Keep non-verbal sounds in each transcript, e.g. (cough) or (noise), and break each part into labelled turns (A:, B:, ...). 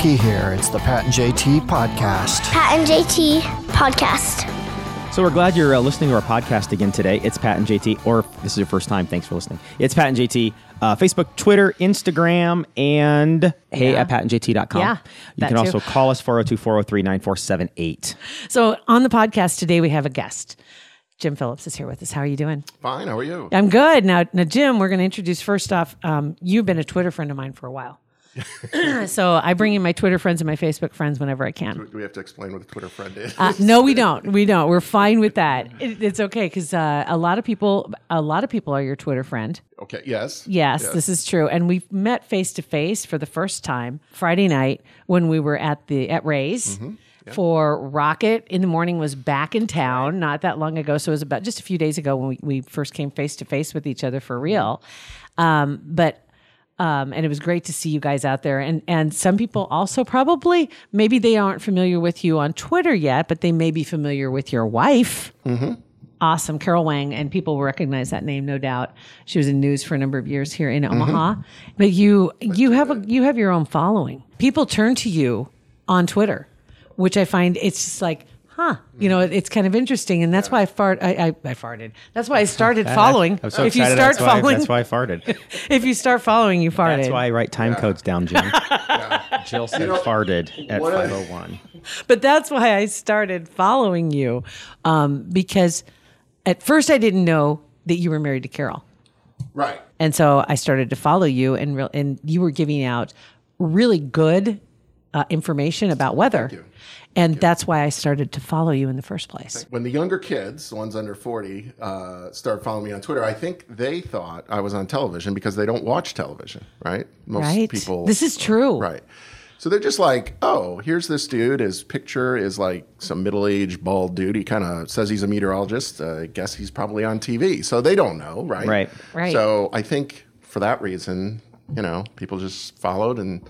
A: Key here. It's the Pat and JT podcast.
B: Pat and JT podcast.
C: So we're glad you're uh, listening to our podcast again today. It's Pat and JT, or if this is your first time, thanks for listening. It's Pat and JT, uh, Facebook, Twitter, Instagram, and hey
D: Yeah.
C: at patandjt.com.
D: Yeah,
C: you
D: that
C: can
D: too.
C: also call us 402 403 9478.
D: So on the podcast today, we have a guest. Jim Phillips is here with us. How are you doing?
E: Fine. How are you?
D: I'm good. Now, now Jim, we're going to introduce first off, um, you've been a Twitter friend of mine for a while. so I bring in my Twitter friends and my Facebook friends whenever I can.
E: Do we have to explain what a Twitter friend is?
D: Uh, no, we don't. We don't. We're fine with that. It, it's okay because uh, a lot of people, a lot of people are your Twitter friend.
E: okay. Yes.
D: Yes, this is true. And we met face to face for the first time Friday night when we were at the at Ray's for Rocket in the morning was back in town not that long ago. So it was about just a few days ago when we, we first came face to face with each other for real. Um, but um, and it was great to see you guys out there. And and some people also probably maybe they aren't familiar with you on Twitter yet, but they may be familiar with your wife.
C: Mm-hmm.
D: Awesome, Carol Wang, and people recognize that name, no doubt. She was in news for a number of years here in
C: Mm-hmm.
D: Omaha. But you you have a you have your own following. People turn to you on Twitter, which I find it's just like. Huh? You know, it- it's kind of interesting, and that's why I fart. I, I, I farted. That's why
C: (laughs)
D: I started following.
C: I'm so
D: if you
C: excited.
D: start
C: Uh, that's, why,
D: following,
C: that's why I farted.
D: if you start following, you farted.
C: That's why I write time codes down,
E: (laughs)
C: Jim. Jill said farted at
E: what a-
C: 501.
D: but that's why I started following you um, because at first I didn't know that you were married to Carol,
E: Right.
D: and so I started to follow you, and real and you were giving out really good uh, information about weather, and that's why I started to follow you in the first place.
E: When the younger kids, the ones under 40, uh, started following me on Twitter, I think they thought I was on television because they don't watch television, right? Most
D: Right?
E: people.
D: This is true.
E: Right. So they're just like, oh, here's this dude. His picture is like some middle aged bald dude. He kind of says he's a meteorologist. Uh, I guess he's probably on TV. So they don't know, right?
C: Right.
D: Right.
E: So I think for that reason, you know, people just followed and.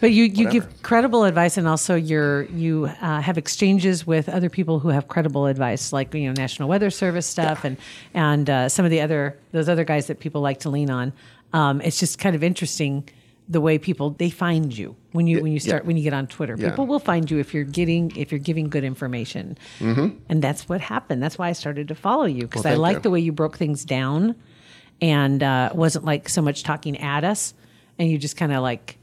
D: But you, you give credible advice, and also you're you uh, have exchanges with other people who have credible advice, like you know National Weather Service stuff, and and uh, some of the other those other guys that people like to lean on. Um, it's just kind of interesting the way people they find you when you when you start when you get on Twitter.
E: Yeah.
D: People will find you if you're getting if you're giving good information, and that's what happened. That's why I started to follow you because I
E: Mm-hmm. thank
D: liked
E: you.
D: the way you broke things down, and uh, wasn't like so much talking at us, and you just kind of like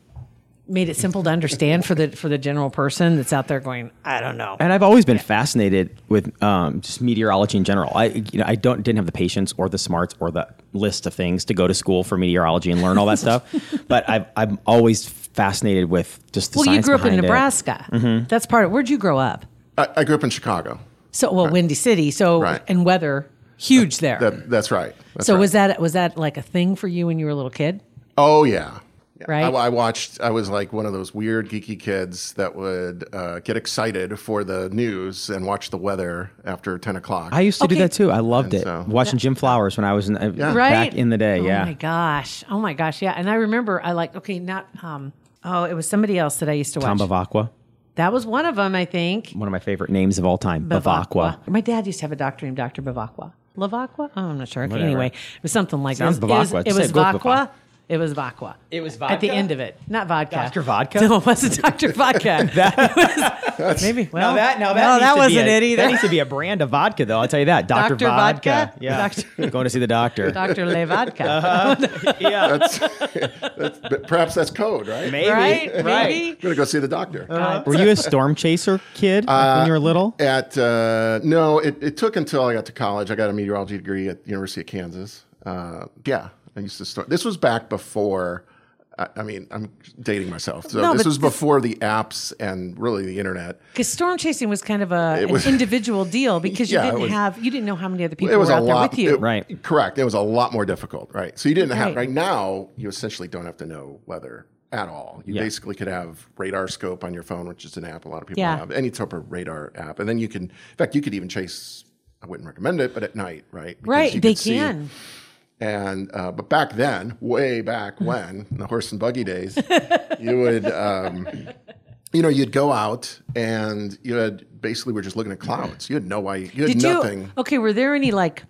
D: made it simple to understand for the for the general person that's out there going, I don't know.
C: And I've always been fascinated with um, just meteorology in general. I, you know, I don't didn't have the patience or the smarts or the list of things to go to school for meteorology and learn all that
D: (laughs)
C: stuff. But I've I'm always fascinated with just the
D: Well, you
C: science
D: grew up in
C: behind it. Mm-hmm.
D: Nebraska. That's part of where'd you grow up?
E: I, I grew up in Chicago.
D: So well, Windy City. So
E: Right.
D: and weather huge there.
E: That, that's right. That's
D: so
E: right.
D: was that was that like a thing for you when you were a little kid?
E: Oh yeah. Yeah.
D: Right?
E: I, I watched. I was like one of those weird geeky kids that would uh, get excited for the news and watch the weather after ten o'clock.
C: I used to do
D: Okay.
C: that too. I loved it.
E: so-
C: Watching Jim Flowers when I was in, uh,
D: Right
C: back in the day.
D: Oh
C: yeah.
D: my gosh. Oh my gosh. Yeah. And I remember I like okay not um oh it was somebody else that I used to watch.
C: Tom Bavacqua,
D: That was one of them I think.
C: one of my favorite names of all time. Bavacqua.
D: My dad used to have a doctor named Dr. Bavacqua. Lavacqua? Oh, I'm not sure. Okay, Anyway, it was something like
C: Sounds
D: that. It was-
C: Bavacqua.
D: It
C: Just
D: was
C: say go with
D: Vacqua.
C: Bavacqua.
D: It was Vacqua.
C: It was
D: At the
C: vodka?
D: end of it. Not vodka.
C: Dr. Vodka?
D: (laughs) No, it wasn't Dr. Vodka. that was, maybe. Well, no, that
C: needs to be
D: wasn't
C: a-
D: it either. (laughs)
C: That needs to be a brand of vodka, though. I'll tell you that. Dr.
D: Dr. Vodka?
C: Yeah. Going to see the doctor.
D: Dr. Le Vodka.
C: yeah.
E: That's, (laughs) that's, but perhaps that's code, right?
C: Maybe.
D: right?
E: I'm
D: Maybe?
E: gonna go see the doctor.
C: Were you a storm chaser kid like, when you were
E: (laughs)
C: little?
E: At uh, no, it, it took until I got to college. I got a meteorology degree at the University of Kansas. Uh, yeah, I used to start. This was back before. I, I mean, I'm dating myself. So
D: No,
E: this
D: but
E: was
D: this-
E: before the apps and really the internet.
D: Because storm chasing was kind of a,
E: was-
D: an individual deal because you
E: Yeah, it
D: didn't
E: was-
D: have, you didn't know how many other people
E: it was
D: were
E: a
D: out there
E: lot
D: with you.
E: it-
C: Right.
E: correct it was a lot more difficult right so you didn't have
D: Right.
E: right now you essentially don't have to know weather at all you basically could have radar scope on your phone which is an app a lot of people
D: Yeah.
E: have any type of radar app and then you can in fact you could even chase i wouldn't recommend it but at night right Because
D: Right,
E: you
D: they
E: could see-
D: can.
E: and uh, but back then, way
D: (laughs)
E: back when, in the horse and buggy days, you would, um, you know, you'd go out and you had basically were just looking at clouds. You had no idea. You had
D: Did
E: nothing.
D: you? Okay, were there any like?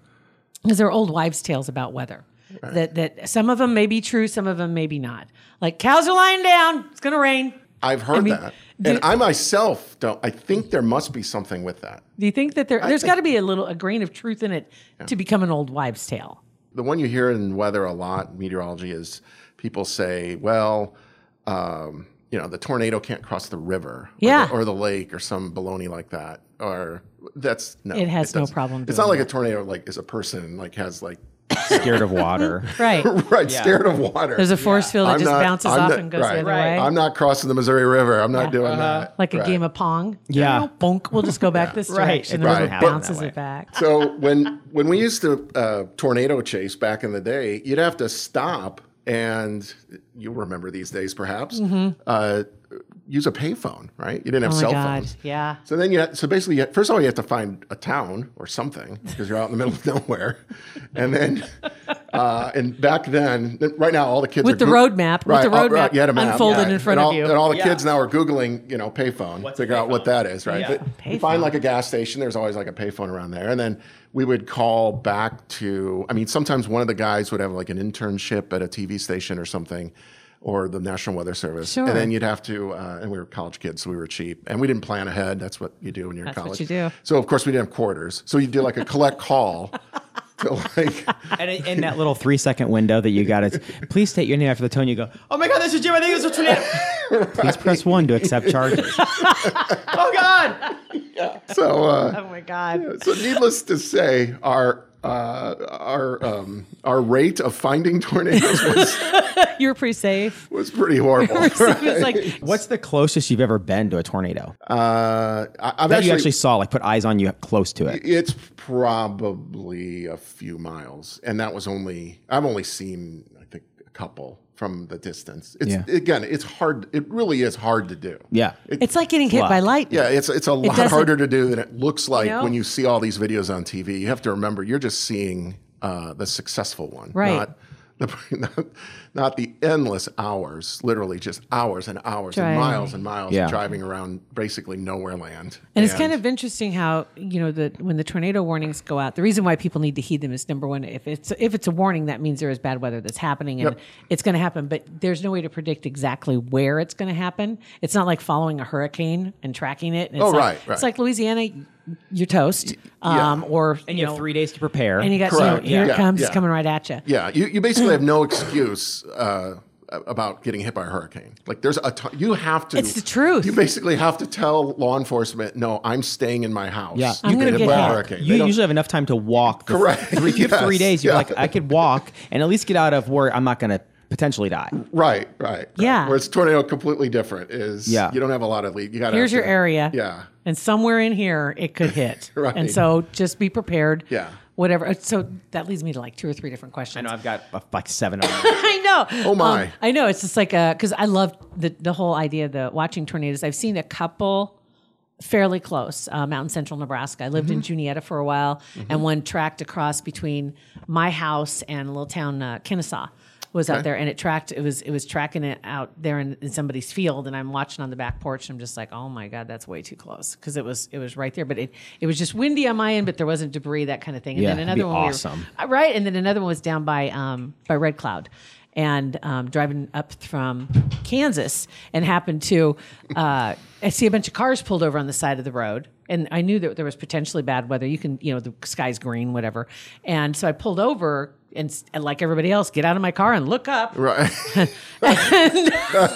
D: Because there are old wives' tales about weather. That that some of them may be true, some of them maybe not. Like cows are lying down. It's gonna rain.
E: I've heard
D: mean,
E: that,
D: do-
E: and I myself don't. I think there must be something with that.
D: Do you think that there, there's
E: think-
D: got to be a little a grain of truth in it to become an old wives' tale?
E: The one you hear in weather a lot, meteorology, is people say, "Well, um, you know, the tornado can't cross the river, or the-
D: Yeah.
E: or the, lake, or some baloney like that." Or that's no,
D: It has no
E: doesn't.
D: problem
E: It's not
D: doing
E: like a tornado like is a person like has like (laughs)
C: scared of water.
D: Right.
E: right scared of water.
D: There's a force field that
E: I'm
D: just
E: not-
D: bounces
E: I'm
D: off
E: not-
D: and goes
E: right.
D: the other
C: Right.
D: way.
E: I'm not crossing the Missouri River. I'm not doing that.
D: like a
E: Right.
D: game of pong.
C: Yeah.
D: Bonk. We'll just go back this
C: Right. It
D: direction. and
E: doesn't
D: then it
E: happen that
D: bounces
C: way.
D: it back.
E: So when when we used to uh, tornado chase back in the day, you'd have to stop and you remember these days perhaps uh, use a payphone, right? You didn't have
D: Mm-hmm. Oh my
E: cell
D: God.
E: phones.
D: Yeah.
C: Oh
E: So then you had, so basically you had, first of all you have to find a town or something because you're out in the middle of (laughs) nowhere, and then uh, and back then then- right now all the kids
D: With
E: are
D: the road map- with the
E: all-
D: road map
E: you had a map
D: unfolded in front of
E: and all,
D: you.
E: and all the
C: Yeah.
E: kids now are googling you know payphone
C: What's a
E: figure out what
C: payphone?
E: that is right.
C: Yeah.
E: But you find like a gas station there's always like a payphone around there and then we would call back to I mean sometimes one of the guys would have like an internship at a TV station or something. Or the National Weather Service,
D: Sure.
E: and then you'd have to. Uh, and we were college kids, so we were cheap, and we didn't plan ahead. That's what you do when you're in
D: That's what
E: college.
D: you do.
E: So of course we didn't have quarters. So you do like a
D: (laughs)
E: collect call to like
C: And in in that little three second window that you got, it's please state your name after the tone. You go, oh my God, this is Jim. I think it's a tornado. please press one to accept charges. oh God.
E: so uh,
D: Oh my God.
E: so needless to say, our uh, our um, our rate of finding tornadoes was,
D: You were pretty safe.
E: was pretty horrible.
D: (laughs) it
E: (laughs)
D: was like,
C: What's the closest you've ever been to a tornado
E: Uh, I, I've
C: that
E: actually,
C: you actually saw, like put eyes on you close to it?
E: it's probably a few miles, and that was only I've only seen I think a couple from the distance. It's
C: Yeah.
E: again, it's hard. It really is hard to do.
C: Yeah.
D: it's like getting hit by lightning.
E: Yeah, it's it's a lot
D: doesn't-
E: harder to do than it looks like
D: know?
E: when you see all these videos on TV. You have to remember you're just seeing uh, the successful one,
D: Right.
E: Not the, (laughs) not, not the endless hours, literally just hours and hours
D: Driving.
E: and miles and miles
C: Yeah.
E: of driving around basically nowhere land.
D: And it's kind of interesting how you know the when the tornado warnings go out. The reason why people need to heed them is number one, if it's if it's a warning, that means there is bad weather that's happening and
E: Yep.
D: it's going to happen. But there's no way to predict exactly where it's going to happen. It's not like following a hurricane and tracking it. And it's
E: Oh,
D: like,
E: right, right.
D: It's like Louisiana, you're toast.
E: yeah.
D: Um, or
C: And
D: you
C: you have
D: know,
C: three days to prepare.
D: and you got
E: Correct.
D: so here
E: Yeah,
D: it comes,
E: yeah.
D: it's coming right at you.
E: Yeah, you, you basically have no excuse uh, about getting hit by a hurricane. Like there's a ton, you have to.
D: It's the truth.
E: You basically have to tell law enforcement, no, I'm staying in my house.
C: Yeah.
E: you
D: I'm gonna
E: get
D: get
E: hit by a
D: hit.
E: hurricane. They
C: You
E: don't-
C: usually have enough time to walk.
E: (laughs)
C: the
E: Correct.
C: Three, if you have three
E: Yes.
C: days, you're
E: Yeah.
C: like, I could walk and at least get out of where I'm not going to potentially die.
E: Right, right. right.
D: Yeah.
E: Where it's tornado completely different is
C: Yeah.
E: you don't have a lot of lead. You got
D: Here's your area.
E: Yeah.
D: And somewhere in here, it
E: (laughs)
D: could hit.
E: Right.
D: And so just be prepared.
E: Yeah.
D: Whatever. So that leads me to like two or three different questions.
C: I know I've got uh, like seven. On
D: I know.
E: Oh, my.
D: Um, I know. It's just like a because I love the the whole idea of the watching tornadoes. I've seen a couple fairly close, uh, mountain central Nebraska. I lived in
C: Mm-hmm.
D: Juniata for a while, and one tracked across between my house and a little town uh, Kennesaw was out there, and it tracked. It was it was tracking it out there in, in somebody's field, and I'm watching on the back porch. And I'm just like, oh my god, that's way too close because it was it was right there, but it it was just windy on my end, but there wasn't debris that kind of thing. And
C: Yeah,
D: then
C: that'd be
D: another one, we were-
C: awesome.
D: uh, right? And then another one was down by um, by Red Cloud, and um, driving up from Kansas, and happened to uh, I see a bunch of cars pulled over on the side of the road, and I knew that there was potentially bad weather. You can, you know, the sky's green, whatever, and so I pulled over. And, s- and like everybody else, get out of my car and look up.
E: Right. (laughs)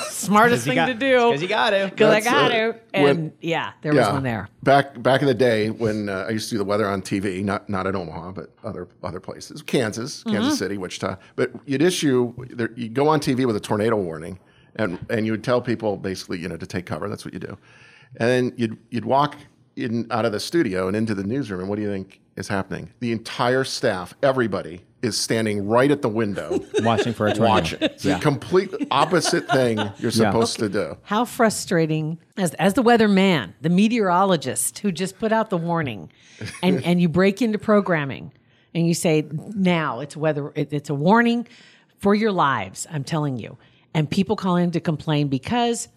D: Smartest (laughs) thing to do.
C: Because you got to.
D: Because I
E: That's
D: got
E: it.
D: to. And
E: When-
D: yeah, there was one there.
E: Back back in the day when uh, I used to do the weather on TV, not not at Omaha, but other other places, Kansas,
D: Mm-hmm.
E: Kansas City, Wichita. But you'd issue, there, you'd go on TV with a tornado warning, and and you would tell people basically, you know, to take cover. That's what you do, and then you'd you'd walk in out of the studio and into the newsroom, and what do you think is happening? The entire staff, everybody, is standing right at the
D: (laughs)
E: window.
C: Watching for a tornado.
E: Watching. It's the complete opposite thing you're supposed to do.
D: How frustrating as as the weatherman, the meteorologist who just put out the warning, and and you break into programming, and you say now it's weather it, it's a warning for your lives. I'm telling you, and people call in to complain because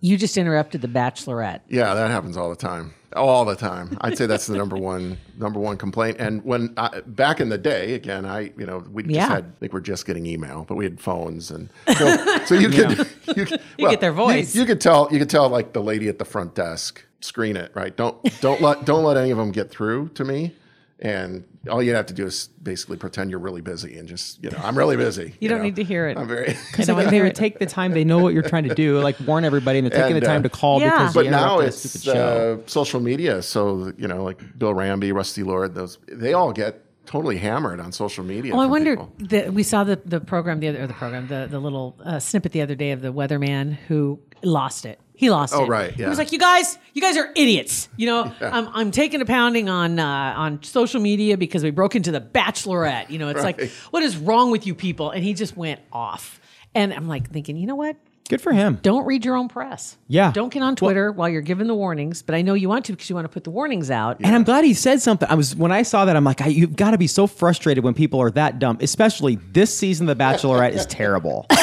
D: you just interrupted the Bachelorette.
E: Yeah, that happens all the time. Oh, all the time. I'd say that's the number one (laughs) number one complaint. And when I, back in the day, again, I you know we
D: Yeah.
E: just had I think we're just getting email, but we had phones and so, so you could (laughs) you, could- well,
D: get their voice.
E: You, you could tell you could tell like the lady at the front desk screen it right. Don't don't let don't let any of them get through to me. And all you'd have to do is basically pretend you're really busy and just you know I'm really busy. You,
D: don't
E: know.
D: need to hear it.
E: I'm very.
F: And like they would take the time. They know what you're trying to do. Like warn everybody, and they're taking
E: And,
F: the time
E: uh,
F: to call
D: Yeah.
F: because
D: But
E: but
F: you
E: now
F: interrupted a
E: it's
F: stupid show.
E: uh, social media. So you know, like Bill Ramby, Rusty Lord, those they all get totally hammered on social media.
D: Well, Oh, I
E: from
D: wonder.
E: people.
D: The, we saw the, the program the other or the program the the little uh, snippet the other day of the weatherman who lost it. He lost it.
E: Oh, right,
D: He
E: yeah.
D: was like, "You guys, you guys are idiots. You know, I'm, I'm taking a pounding on uh, on social media because we broke into the Bachelorette. You know, it's like,
E: Right.
D: what is wrong with you people?" And he just went off. And I'm like thinking, you know what?
C: Good for him.
D: Don't read your own press.
C: Yeah.
D: Don't get on Twitter while you're giving the warnings. But I know you want to because you want to put the warnings out.
C: And I'm glad he said something. I was when I saw that, I'm like, I, you've got to be so frustrated when people are that dumb. Especially this season, of The Bachelorette is terrible. (laughs)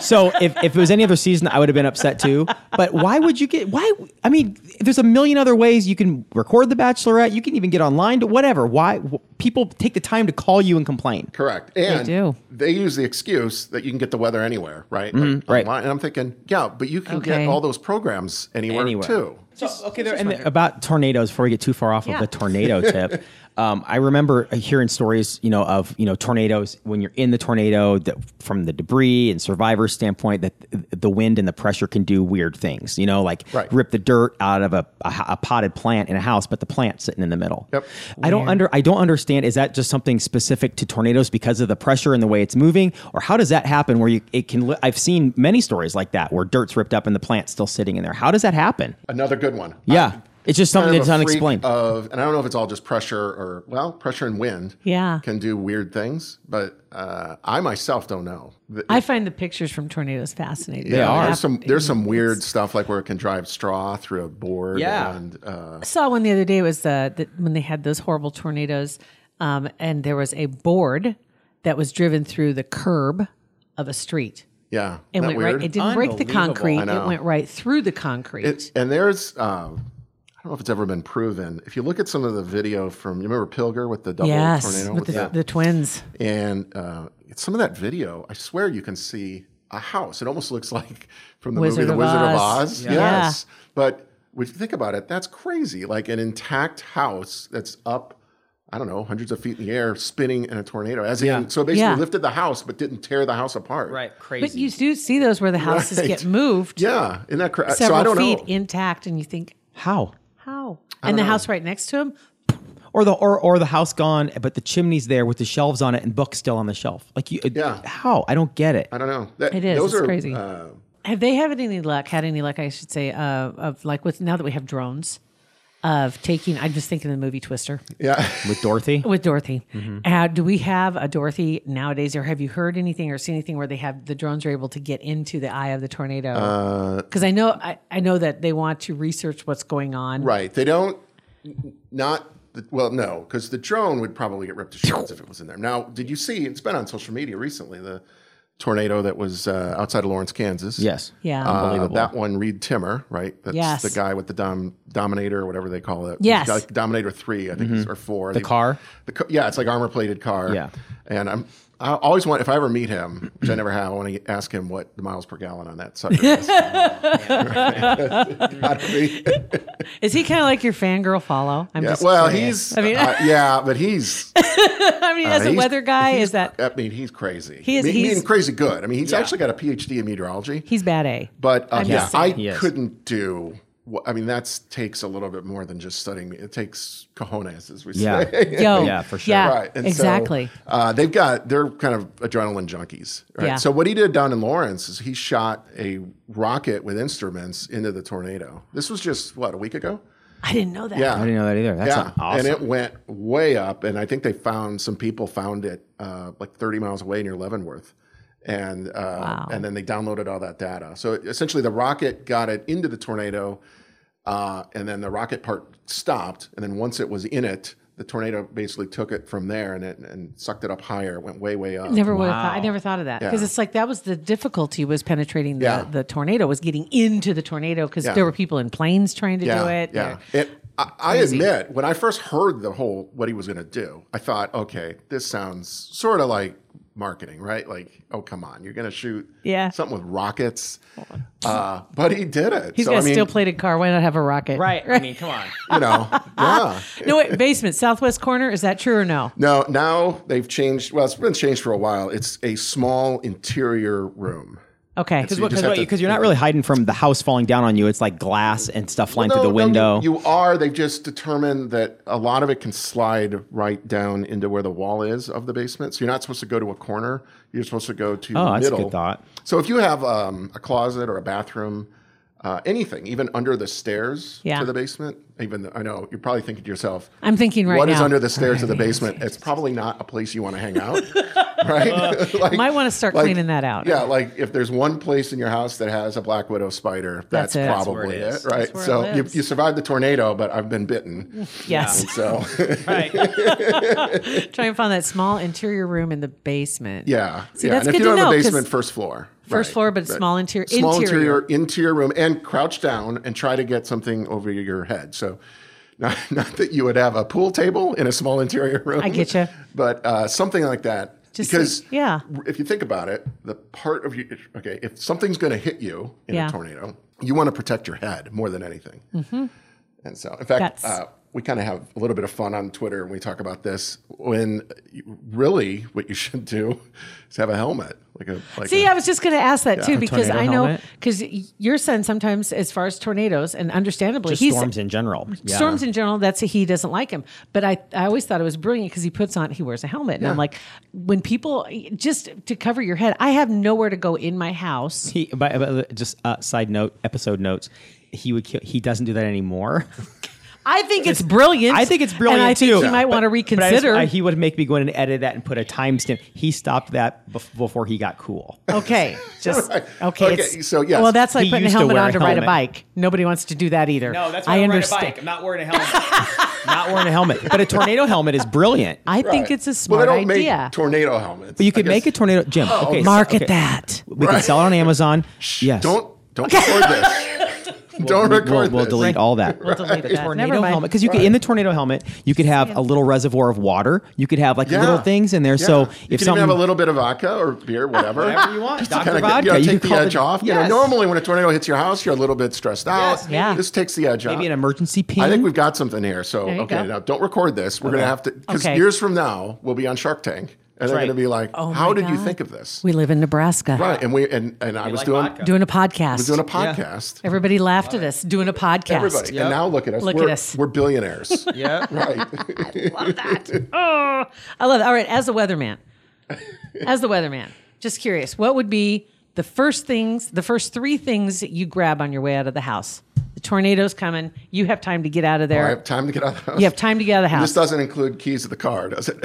C: so if, if it was any other season, I would have been upset too. But why would you get? Why? I mean, there's a million other ways you can record The Bachelorette. You can even get online to whatever. Why wh- people take the time to call you and complain?
E: Correct. And they,
D: do.
E: use the excuse that you can get the weather anywhere, right? Like
C: Mm-hmm. right.
E: online. And I'm thinking, yeah, but you can
D: Okay.
E: get all those programs anywhere,
C: Anywhere.
E: too.
C: So, okay, there, and the- about tornadoes. Before we get too far off
D: Yeah.
C: of the
E: (laughs)
C: tornado tip, um, I remember hearing stories, you know, of you know tornadoes when you're in the tornado that from the debris and survivor standpoint that th- the wind and the pressure can do weird things. You know, like
E: Right.
C: rip the dirt out of a, a, ho- a potted plant in a house, but the plant's sitting in the middle.
E: Yep.
C: I don't under I don't understand. Is that just something specific to tornadoes because of the pressure and the way it's moving, or how does that happen? Where you it can? Li- I've seen many stories like that where dirt's ripped up and the plant's still sitting in there. How does that happen?
E: Another good one.
C: Yeah. it's just
E: I'm
C: something
E: kind of
C: that's
E: a freak
C: unexplained.
E: Of, and I don't know if it's all just pressure or, well, pressure and wind
D: Yeah.
E: can do weird things, but uh, I myself don't know. The-
D: I find the pictures from tornadoes fascinating.
E: Yeah,
C: are.
E: Oh, There's some there's some weird stuff like where it can drive straw through a board.
C: Yeah.
E: And uh,
D: saw one the other day was the, the when they had those horrible tornadoes, um, and there was a board that was driven through the curb of a street.
E: yeah.
D: It
E: Isn't that
D: went
E: weird?
D: right. It didn't break the
C: Unbelievable.
D: concrete.
C: I
D: It
E: know.
D: went right through the concrete.
E: It, and there's, um, I don't know if it's ever been proven. If you look at some of the video from, you remember Pilger with the double
D: yes,
E: tornado?
D: with the,
E: that?
D: the twins.
E: and uh, some of that video, I swear you can see a house. It almost looks like (laughs) from the
D: Wizard
E: movie The
D: of
E: Wizard of
D: Oz.
E: Oz.
D: Yeah.
E: Yes. But if you think about it, that's crazy. Like an intact house that's up. I don't know, hundreds of feet in the air, spinning in a tornado. As in, so it basically
D: Yeah.
E: lifted the house, but didn't tear the house apart.
C: crazy.
D: But you do see those where the houses
E: Right. (laughs)
D: get moved
E: Yeah, isn't that crazy? So
D: several
E: I don't
D: feet
E: know.
D: intact, and you think
C: How?
D: how? And the house right next to him.
C: Or the or or the house gone, but the chimney's there with the shelves on it and books still on the shelf. Like you, uh,
E: Yeah.
C: how? I don't get it.
E: I don't know. That-
D: It is.
E: Those
D: It's
E: are
D: crazy.
E: uh,
D: Have they had any luck? Had any luck? I should say uh, of like with now that we have drones. Of taking, I'm just thinking of the movie Twister.
E: yeah. (laughs)
C: With Dorothy,
D: with Dorothy.
E: Mm-hmm.
D: Uh, do we have a Dorothy nowadays, or have you heard anything or seen anything where they have the drones are able to get into the eye of the tornado?
E: Uh,
D: Because I know I, I know that they want to research what's going on.
E: Right. They don't. Not the, well, no, because the drone would probably get ripped to shreds if it was in there. Now, did you see? It's been on social media recently. The tornado that was uh, outside of Lawrence,
C: (laughs)
E: Kansas.
C: yes,
D: Yeah.
E: Uh, that one, Reed Timmer, right? That's
D: Yes.
E: the guy with the dom- Dominator, or whatever they call it.
D: Yes.
E: Like Dominator 3, I think, it's- or 4. The
C: Mm-hmm. car?
E: The ca- yeah, it's like armor plated car.
C: Yeah.
E: And I'm, I always want, if I ever meet him, which I never have, I want to ask him what the miles per gallon on that sucker
D: (laughs)
E: is. (laughs) Gotta be.
D: Is he kind of like your fangirl follow? I'm
E: Yeah,
D: just
E: well,
D: curious.
E: he's
D: I mean,
E: uh, yeah, but he's
D: (laughs) I mean, (laughs) as a
E: uh, he's-
D: weather guy, is that
E: I mean he's crazy.
D: He is-
E: Me-
D: he's-
E: mean, crazy good. I mean, he's actually got a PhD in meteorology.
D: he's bad eh? A.
E: But uh,
D: I'm
E: yeah,
D: just
E: I
D: saying.
C: He is.
E: couldn't do. wha- I mean, that takes a little bit more than just studying. me- It takes cojones, as we
C: Yeah.
E: say.
D: Yo,
C: Yeah, for sure.
D: (laughs) Yeah,
E: (laughs) right. And so,
D: exactly.
E: uh, they've got they're kind of adrenaline junkies. Right?
D: Yeah.
E: So what he did down in Lawrence is he shot a rocket with instruments into the tornado. This was just what a week ago.
D: I didn't know that.
E: Yeah.
C: I didn't know that either. That's
E: Yeah,
C: awesome.
E: and it went way up, and I think they found some people found it uh, like 30 miles away near Leavenworth, and uh, and then they downloaded all that data. So it- essentially, the rocket got it into the tornado, uh, and then the rocket part stopped, and then once it was in it, the tornado basically took it from there and it, and sucked it up higher. It went way way up.
D: Never would have thought. I never thought of that because
E: Yeah.
D: it's like that was the difficulty was penetrating the,
E: Yeah.
D: the tornado was getting into the tornado because
E: Yeah.
D: there were people in planes trying to
E: yeah,
D: do it.
E: yeah.
D: There-
E: It I, I admit, when I first heard the whole what he was going to do, I thought, okay, this sounds sort of like marketing, right? Like, oh come on, you're going to shoot
D: Yeah.
E: something with rockets, uh, but he did it.
D: He's
E: so,
D: got
E: I
D: a
E: mean,
D: steel plated car. Why not have a rocket?
C: Right. I mean, (laughs) come on.
E: you know, yeah.
D: (laughs) No, wait, basement, southwest corner. Is that true or no?
E: No, now they've changed. Well, it's been changed for a while. It's a small interior room.
D: Okay.
E: You just
C: Because
E: have to-
C: you're not really hiding from the house falling down on you. It's like glass and stuff flying through the
E: No, no,
C: window.
E: you, you are. They've just determined that a lot of it can slide right down into where the wall is of the basement. So you're not supposed to go to a corner. You're supposed to go to
C: oh,
E: the
C: that's a
E: middle.
C: good thought.
E: So if you have um, a closet or a bathroom, uh, anything, even under the stairs
D: Yeah.
E: to the basement, even though I know you're probably thinking to yourself,
D: I'm thinking right
E: what is
D: now.
E: under the stairs
D: (laughs)
E: of the basement? It's probably not a place you want to hang out, right? (laughs) like,
D: Might wanna start cleaning that out.
E: Yeah, like if there's one place in your house that has a black widow spider, that's,
D: That's it. That's
C: where
E: probably
C: it
E: it,
C: is.
E: right?
D: where it
E: so you,
D: lives.
E: you survived the tornado, but I've been bitten.
C: (laughs)
D: Yes.
E: So (laughs)
C: Right.
D: Try and find that small interior room in the basement.
E: yeah,
D: See,
E: yeah.
D: that's good
E: and if you
D: to
E: don't have
D: know,
E: a
D: 'cause
E: basement, first floor.
D: First
E: Right.
D: floor, but small interior.
E: small interior interior room and crouch down and try to get something over your head. So (laughs) not, not that you would have a pool table in a small interior (laughs) room.
D: I get ya.
E: But uh, something like that.
D: Just
E: because
D: like- yeah.
E: if you think about it, the part of you okay, if something's going to hit you in
D: Yeah. Mm-hmm.
E: a tornado, you want to protect your head more than anything. And so, in fact,
D: That's-
E: uh, we kind of have a little bit of fun on Twitter when we talk about this. When you- really, what you should do is have a helmet, like a like
D: See,
E: a-
D: I was just going to ask that too because
F: tornado
D: I know
F: helmet.
D: because your son sometimes, as far as tornadoes, and understandably,
C: Just
D: he's
C: storms in general. Yeah.
D: storms in general. That's he doesn't like him. But I, I always thought it was brilliant because he puts on he wears a helmet, and I'm like, when people just to cover your head, I have nowhere to go in my house.
C: He, by, by- just uh, side note, episode notes. He would. Kill, he doesn't do that anymore. (laughs)
D: I think it's brilliant.
C: I think it's brilliant
D: and I think
C: too.
D: He might
C: But-
D: want to
C: but I just-
D: reconsider.
C: I- he would make me go in and edit that and put a timestamp. He stopped that bef- before he got
E: (laughs)
C: cool.
D: okay, just okay.
E: Okay,
D: it's-
E: so, yes.
D: well, that's like
C: He
D: putting a
C: used to
D: helmet
C: wear
D: on
C: a
D: to ride a
C: helmet.
D: bike. Nobody wants to do that either. I understand.
C: I'm not wearing a helmet. (laughs) not wearing a helmet, but a tornado helmet is brilliant.
D: I think
E: Right.
D: it's a
E: well,
D: smart
E: they don't
D: idea.
E: Make tornado helmets.
C: but you could make a tornado, Jim.
E: Oh,
C: okay, so-
D: Market
C: okay.
D: that.
C: We can sell it on
E: (laughs)
C: Amazon. yes.
E: Don't don't record
D: (laughs)
E: this. don't
C: We'll-
E: record
C: We'll, we'll
E: this.
C: delete all that.
D: We'll delete that. Never
C: tornado
D: mind.
C: helmet because you could in the tornado helmet you could have a little reservoir of water. You could have like
E: Yeah.
C: little things in there. So
E: Yeah.
C: if
E: you can
C: something
E: even have a little bit of vodka or beer, whatever,
C: Whatever you want.
E: Just
C: Dr.
E: to kinda get-
C: Vodka.
E: you
C: You
E: know,
C: could
E: take the
C: call
E: edge
C: the-
E: off. You know,
C: Yes.
E: normally when a tornado hits your house, you're a little bit stressed out.
C: Yes,
D: Yeah.
E: This takes the edge off.
C: maybe an emergency pin.
E: I think we've got something here. So
D: There you
E: okay,
D: go.
E: now don't record this. We're gonna have to because
D: Okay. Oh
E: years from now we'll be on Shark Tank and they're
C: right.
E: gonna be like,
D: my
E: "How did you
D: God.
E: think of this?"
D: We live in Nebraska.
E: Right, and we and and I was
C: like
E: doing
C: vodka.
D: Doing a podcast.
E: was doing a podcast.
D: Everybody laughed at us doing a podcast.
E: Everybody,
C: Yep.
E: and now look at us.
D: Look at
E: we're,
D: us.
E: We're billionaires.
C: (laughs) yeah.
D: (laughs)
E: right. (laughs)
D: Oh, I love it. All right, as the weatherman, as the weatherman, just curious, what would be the first things, the first three things that you grab on your way out of the house? The tornado's coming. You have time to get out of
E: I
D: there.
E: have time to get out of the house.
D: You have time to get out of the
E: This
D: house.
E: doesn't include keys to the car, does it?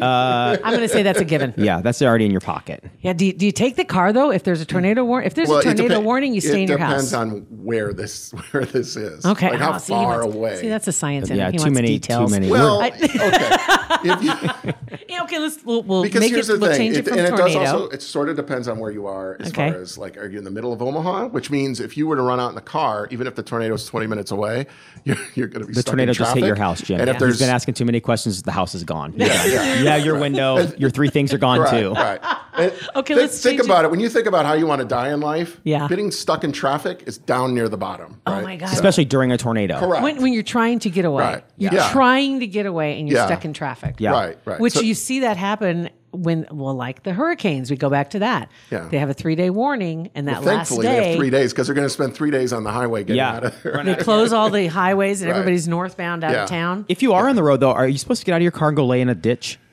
D: I'm going to say that's a
E: (laughs)
D: given. Yeah.
C: Yeah, that's already in your pocket.
D: do, you, do you take the car though? If there's a tornado warning, if there's a tornado
E: depen-
D: warning, you stay
E: it
D: in your
E: depends
D: house.
E: on where this (laughs) where this is.
D: okay.
E: like how
D: Oh, see, he
E: far
D: wants-
E: away.
D: See, that's a science. in him.
C: Yeah,
D: He
C: too
D: wants
C: many,
D: details.
C: too many.
E: well,
D: (laughs)
C: We're-
E: okay. If you,
D: Yeah, okay, let's we'll, we'll
E: because
D: make
E: here's
D: it
E: the
D: we'll
E: thing,
D: change it,
E: it,
D: from
E: and it does
D: tornado.
E: also it sort of depends on where you are as
D: Okay.
E: far as like are you in the middle of Omaha, which means if you were to run out in the car, even if the tornado is 20 minutes away, (laughs) you're, you're going to be
C: the
E: stuck
C: tornado
E: in
C: just hit
E: traffic.
C: your house, Jim.
E: And if there's
C: He's been asking too many questions, the house is gone. You're done.
E: yeah.
C: You have your window. Your three things are gone
E: Right,
C: too.
E: right.
C: (laughs)
E: And
D: Okay,
E: thi-
D: let's
E: think
D: change it.
E: about it. When you think about how you want to die in life,
D: Yeah.
E: getting stuck in traffic is down near the bottom.
D: oh
E: right?
D: my god.
C: Especially during a tornado.
E: Correct.
D: when, when you're trying to get away,
E: Right.
D: you're
E: Yeah.
D: trying to get away and you're
E: Yeah.
D: stuck in traffic.
C: Yeah.
E: Right, right.
D: Which
E: So-
D: you see that happen when, well, like the hurricanes, we go back to that.
E: Yeah.
D: They have a three day warning, and that last
E: Thankfully, they
D: day,
E: have three days because they're going to spend three days on the highway getting
C: Yeah.
E: out of there.
C: Run
D: they close all the highways and
E: Right.
D: everybody's northbound out
E: Yeah.
D: of town.
C: If you are on the road though, are you supposed to get out of your car and go lay in a ditch?
E: (laughs)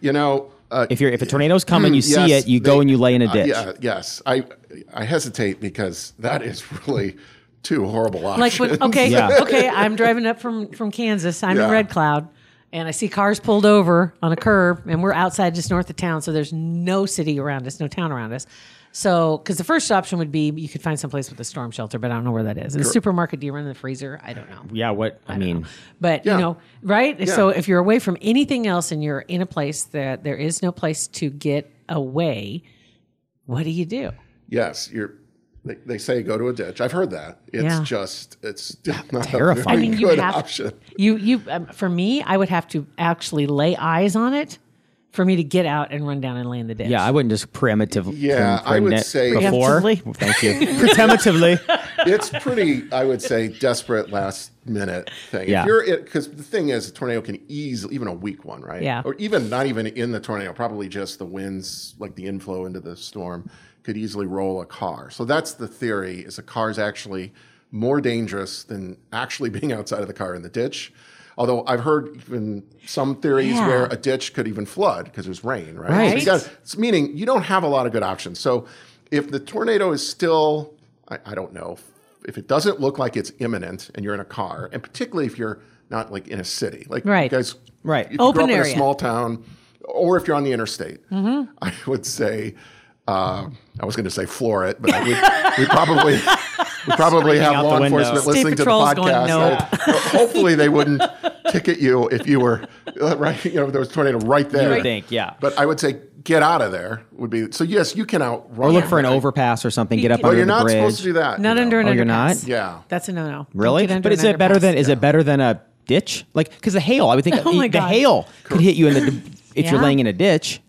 E: You know, uh,
C: If you're if a tornado's coming, you see
E: yes,
C: it, you go
E: they-
C: and you lay in a
E: uh,
C: ditch.
E: yeah, yes. I I hesitate because that is really two horrible
D: Like,
E: options.
D: when, okay,
C: Yeah.
D: okay, I'm driving up from, from Kansas, I'm in
E: Yeah.
D: Red Cloud. And I see cars pulled over on a curb, and we're outside just north of town, so there's no city around us, no town around us. So, because the first option would be you could find someplace with a storm shelter, but I don't know where that is. In the supermarket, do you run in the freezer? I don't know.
C: Yeah, what I, mean,
D: But
E: Yeah.
D: you know, right? So
E: Yeah.
D: if you're away from anything else and you're in a place that there is no place to get away, what do you do?
E: yes, you're They, they say go to a ditch. I've heard that. It's
D: Yeah.
E: just it's not
C: Terrifying.
E: a
C: I
E: very
D: mean, you
E: good
D: have
E: option.
D: you you um, for me, I would have to actually lay eyes on it for me to get out and run down and lay in the ditch.
C: Yeah, I wouldn't just primitive.
E: Yeah,
C: prim-
E: I would
C: primit-
E: say-
C: before.
D: Preemptively.
C: Thank you.
D: (laughs)
C: Preemptively.
E: it's pretty, I would say, desperate last minute thing.
C: Yeah.
E: If you're it, because the thing is, a tornado can easily, even a weak one, right?
D: Yeah.
E: Or even not even in the tornado, probably just the winds, like the inflow into the storm, could easily roll a car. So that's the theory: is a car's actually more dangerous than actually (laughs) being outside of the car in the ditch. Although I've heard even some theories
D: Yeah.
E: where a ditch could even flood because there's rain, right? So
D: Right.
E: you got, it's meaning you don't have a lot of good options. So if the tornado is still, I, I don't know, if it doesn't look like it's imminent and you're in a car, and particularly if you're not like in a city, like you
D: Right.
E: guys,
C: Right.
E: if you
D: Open
E: grew up in
D: area.
E: a small town, or if you're on the interstate, I would say. Uh, I was going to say floor it, but I would, we probably we probably have
C: out
E: law
C: the window.
E: enforcement
C: State
E: listening to the
D: Patrol's going,
E: podcast.
D: "No."
E: I- hopefully, they wouldn't ticket you if you were (laughs) uh, right. You know, if there was a tornado right there.
C: would think, yeah.
E: But I would say get out of there would be so. Yes, you can outrun.
C: Or look for an overpass or something. Get up
E: But
C: under
E: you're
C: the
E: not
C: bridge.
E: supposed to do that.
D: Not
E: you
D: under
E: know.
D: an
C: Oh, you're
D: underpass.
C: not?
E: Yeah.
D: That's a no no.
C: Really? But is it better than is it better than a ditch? Like because the hail, I would think
D: (laughs) Oh my
C: the
D: God.
C: hail could hit you in
D: (laughs)
C: the if
D: Yeah.
C: you're laying in a ditch.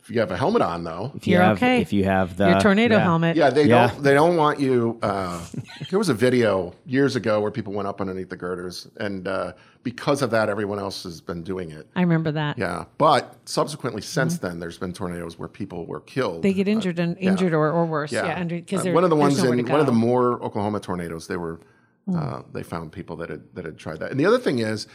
E: If you have a helmet on, though.
C: If you
D: You're
C: have,
D: okay.
C: If you have the
D: your tornado
C: yeah.
D: helmet?
E: Yeah, they
C: Yeah.
E: don't. They don't want you. Uh, there was a video years ago where people went up underneath the girders, and uh, because of that, everyone else has been doing it.
D: I remember that.
E: Yeah, but subsequently since then, there's been tornadoes where people were killed.
D: Mm-hmm. They get injured and injured or, or worse. Yeah, under
E: Uh,
D: because
E: one of the ones in one of the more Oklahoma tornadoes, they were
D: Hmm.
E: uh, they found people that had that had tried that. And the other thing is,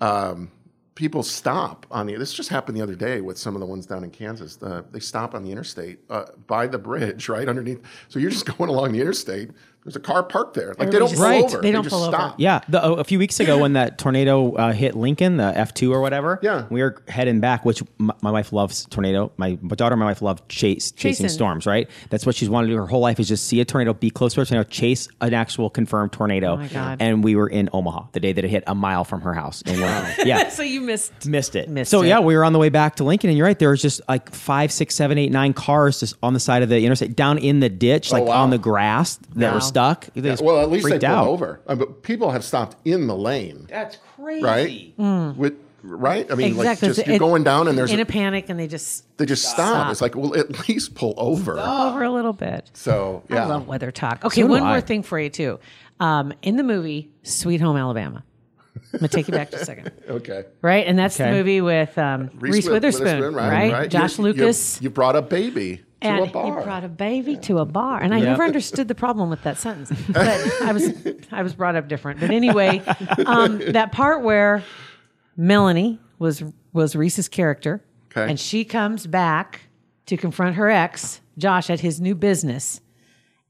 E: um, people stop on the. This just happened the other day with some of the ones down in Kansas. The, they stop on the interstate uh, by the bridge, right underneath. So you're just (laughs) going along the intersate. There's a car parked there. Like
D: Everybody
E: they
D: just-
E: don't
D: Right.
E: pull over.
D: They don't
E: just
D: pull over.
E: stop.
C: Yeah, the, oh, a few weeks ago when that tornado uh, hit Lincoln, the F two or whatever.
E: Yeah.
C: we were heading back, which my, my wife loves tornado. My my daughter, and my wife love chase chasing,
D: Chasing.
C: storms. Right, that's what she's wanted to do her whole life is just see a tornado, be close to a tornado, chase an actual confirmed tornado.
D: Oh my God.
C: And we were in Omaha the day that it hit a mile from her house. And we're,
D: (laughs)
C: yeah,
D: (laughs) So you missed.
C: missed it.
D: Missed
C: so
D: it.
C: yeah, we were on the way back to Lincoln, and you're right. There was just like five, six, seven, eight, nine cars just on the side of the interstate, down in the ditch, like
E: Oh, wow.
C: on the grass that
D: Wow.
C: were stuck. They just
E: Well, at least they
C: freaked
E: pulled
C: out.
E: over. Uh, but people have stopped in the lane,
C: That's crazy.
E: right? With right, I mean,
D: Hmm. Exactly.
E: like just
D: So
E: you're
D: it-
E: going down and there's
D: in
E: a
D: a panic and they just
E: They just stop. It's like, well, at least pull over.
D: over a little bit.
E: So yeah,
D: I love weather talk. Okay,
C: do
D: one
C: I.
D: more thing for you too. Um, in the movie Sweet Home Alabama, I'm gonna take you back just a second.
E: okay.
D: Right, and that's the
C: Okay.
D: movie with um, Reese, Witherspoon, right? Josh
E: You- you-
D: Lucas.
E: You, brought a baby to
D: and
E: a bar.
D: he brought a baby to a bar, and I never understood the problem with that sentence. But I was, I was brought up different. But anyway, um, that part where Melanie was was Reese's character,
E: Okay.
D: and she comes back to confront her ex Josh at his new business,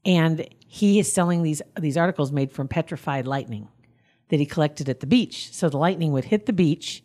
D: and he is selling these these articles made from petrified lightning that he collected at the beach. So the lightning would hit the beach,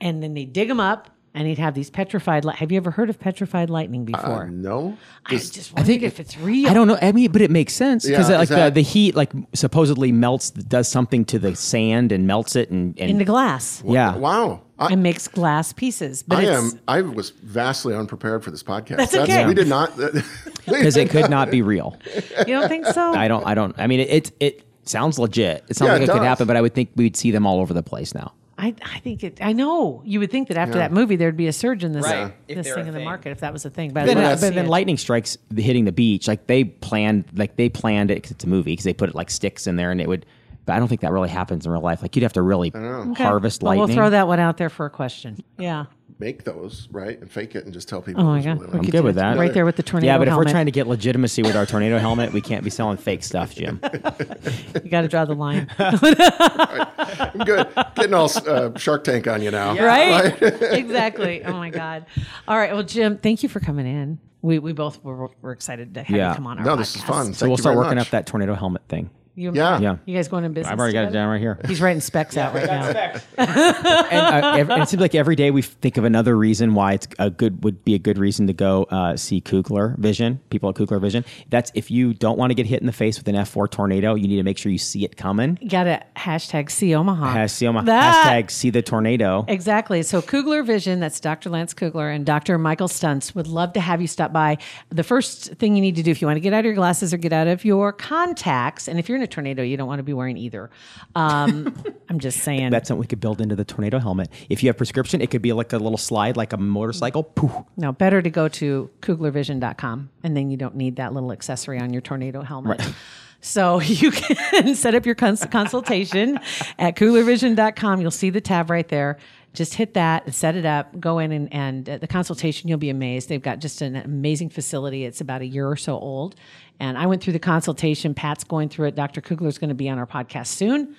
D: and then they dig them up. And he'd have these petrified. Li- have you ever heard of petrified lightning
E: Uh,
D: before?
E: no,
D: I just wondered
F: think-
D: if it's real.
F: I don't know. I mean, but it makes sense because
E: Yeah,
F: like
E: exact-
F: the,
C: The heat like supposedly melts, does something to the sand and melts it, and, and
D: into glass
C: yeah,
E: wow. I,
D: and makes glass pieces. But
E: I
D: it's,
E: am. I was vastly unprepared for this podcast.
D: That's okay.
E: We did not. (laughs)
C: because it could not be real.
D: (laughs) you don't think so?
C: I don't. I don't. I mean, it it, it sounds legit. It sounds
E: Yeah,
C: like
E: it
C: it, could
E: does.
C: happen, but I would think we'd see them all over the place now.
D: I, I think it. I know you would think that after that movie there'd be a surge in this,
C: Right, if
D: this
C: they're
D: thing
C: a
D: in the
C: thing.
D: market if that was a thing. But
C: But
D: I
C: then,
D: love to
C: but
D: see
C: then
D: it.
C: lightning strikes the- hitting the beach. Like they planned, like they planned it 'cause it's a movie because they put it like sticks in there, and it would. But I don't think that really happens in real life. Like you'd have to really
D: Okay.
C: harvest
D: Well,
C: lightning.
D: We'll throw that one out there for a question. (laughs) Yeah.
E: make those right and fake it and just tell people.
D: Oh my
E: it was
D: god.
E: really
D: We
E: like-
D: could
C: good
D: do
C: with
D: it.
C: that.
D: Right there with the tornado.
C: yeah, but if
D: helmet.
C: we're trying to get legitimacy with our tornado helmet, we can't be selling fake stuff, Jim.
D: you got to draw the
E: (laughs)
D: line,
E: I'm good. Getting all uh, Shark Tank on you now.
D: right? (laughs) exactly. Oh my god. All right. Well, Jim, thank you for coming in. We we both were, were excited to have
C: Yeah.
D: you come on our
E: (laughs) No,
D: podcast.
E: this is fun.
C: So we'll start working up that tornado helmet thing.
D: You,
E: Yeah.
C: Yeah.
D: You guys going in business?
C: I've already got it
D: together?
C: down right here.
D: He's writing specs out right now.
C: and, uh, ev- and it seems like every day we think of another reason why it's a good would be a good reason to go uh, see Kugler Vision. People at Kugler Vision. That's if you don't want to get hit in the face with an F four tornado, you need to make sure you see it coming.
D: You got to hashtag see Omaha.
C: Has- see on my
D: That-
C: hashtag see the tornado.
D: Exactly. So Kugler Vision, that's Dr. Lance Kugler and Dr. Michael Stunts would love to have you stop by. The first thing you need to do if you want to get out of your glasses or get out of your contacts, and if you're in a tornado, you don't want to be wearing either. Um, (laughs) I'm just saying.
C: That's something we could build into the tornado helmet. If you have prescription, it could be like a little slide, like a motorcycle. Poof.
D: No, better to go to kuglervision.com and then you don't need that little accessory on your tornado helmet. So (laughs) you can set up your cons- consultation at kuglervision.com. You'll see the tab right there. Just hit that, set it up, go in and, and at the consultation, you'll be amazed. They've got just an amazing facility. It's about a year or so old. And I went through the consultation. Pat's going through it. Dr. Kugler's going to be on our podcast soon.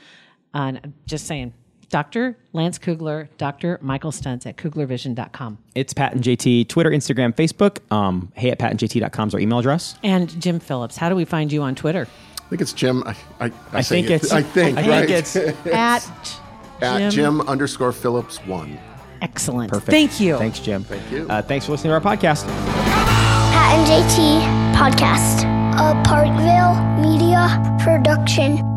D: And I'm just saying, Dr. Lance Kugler, Dr. Michael Stunts at kuglervision.com.
C: It's Pat and JT, Twitter, Instagram, Facebook. Um, hey at patandjt.com is our email address.
D: And Jim Phillips, how do we find you on Twitter?
E: I think it's Jim. I, I, I,
C: I
E: say
C: think
E: it.
C: it's
E: I think,
C: I
E: right?
C: think (laughs)
E: (laughs)
C: it's
D: At
E: At Jim underscore Phillips one.
D: Excellent.
C: perfect.
D: Thank you.
C: Thanks, Jim.
E: Thank you.
C: Uh, thanks for listening to our podcast.
B: Pat and JT Podcast. A Parkville Media Production.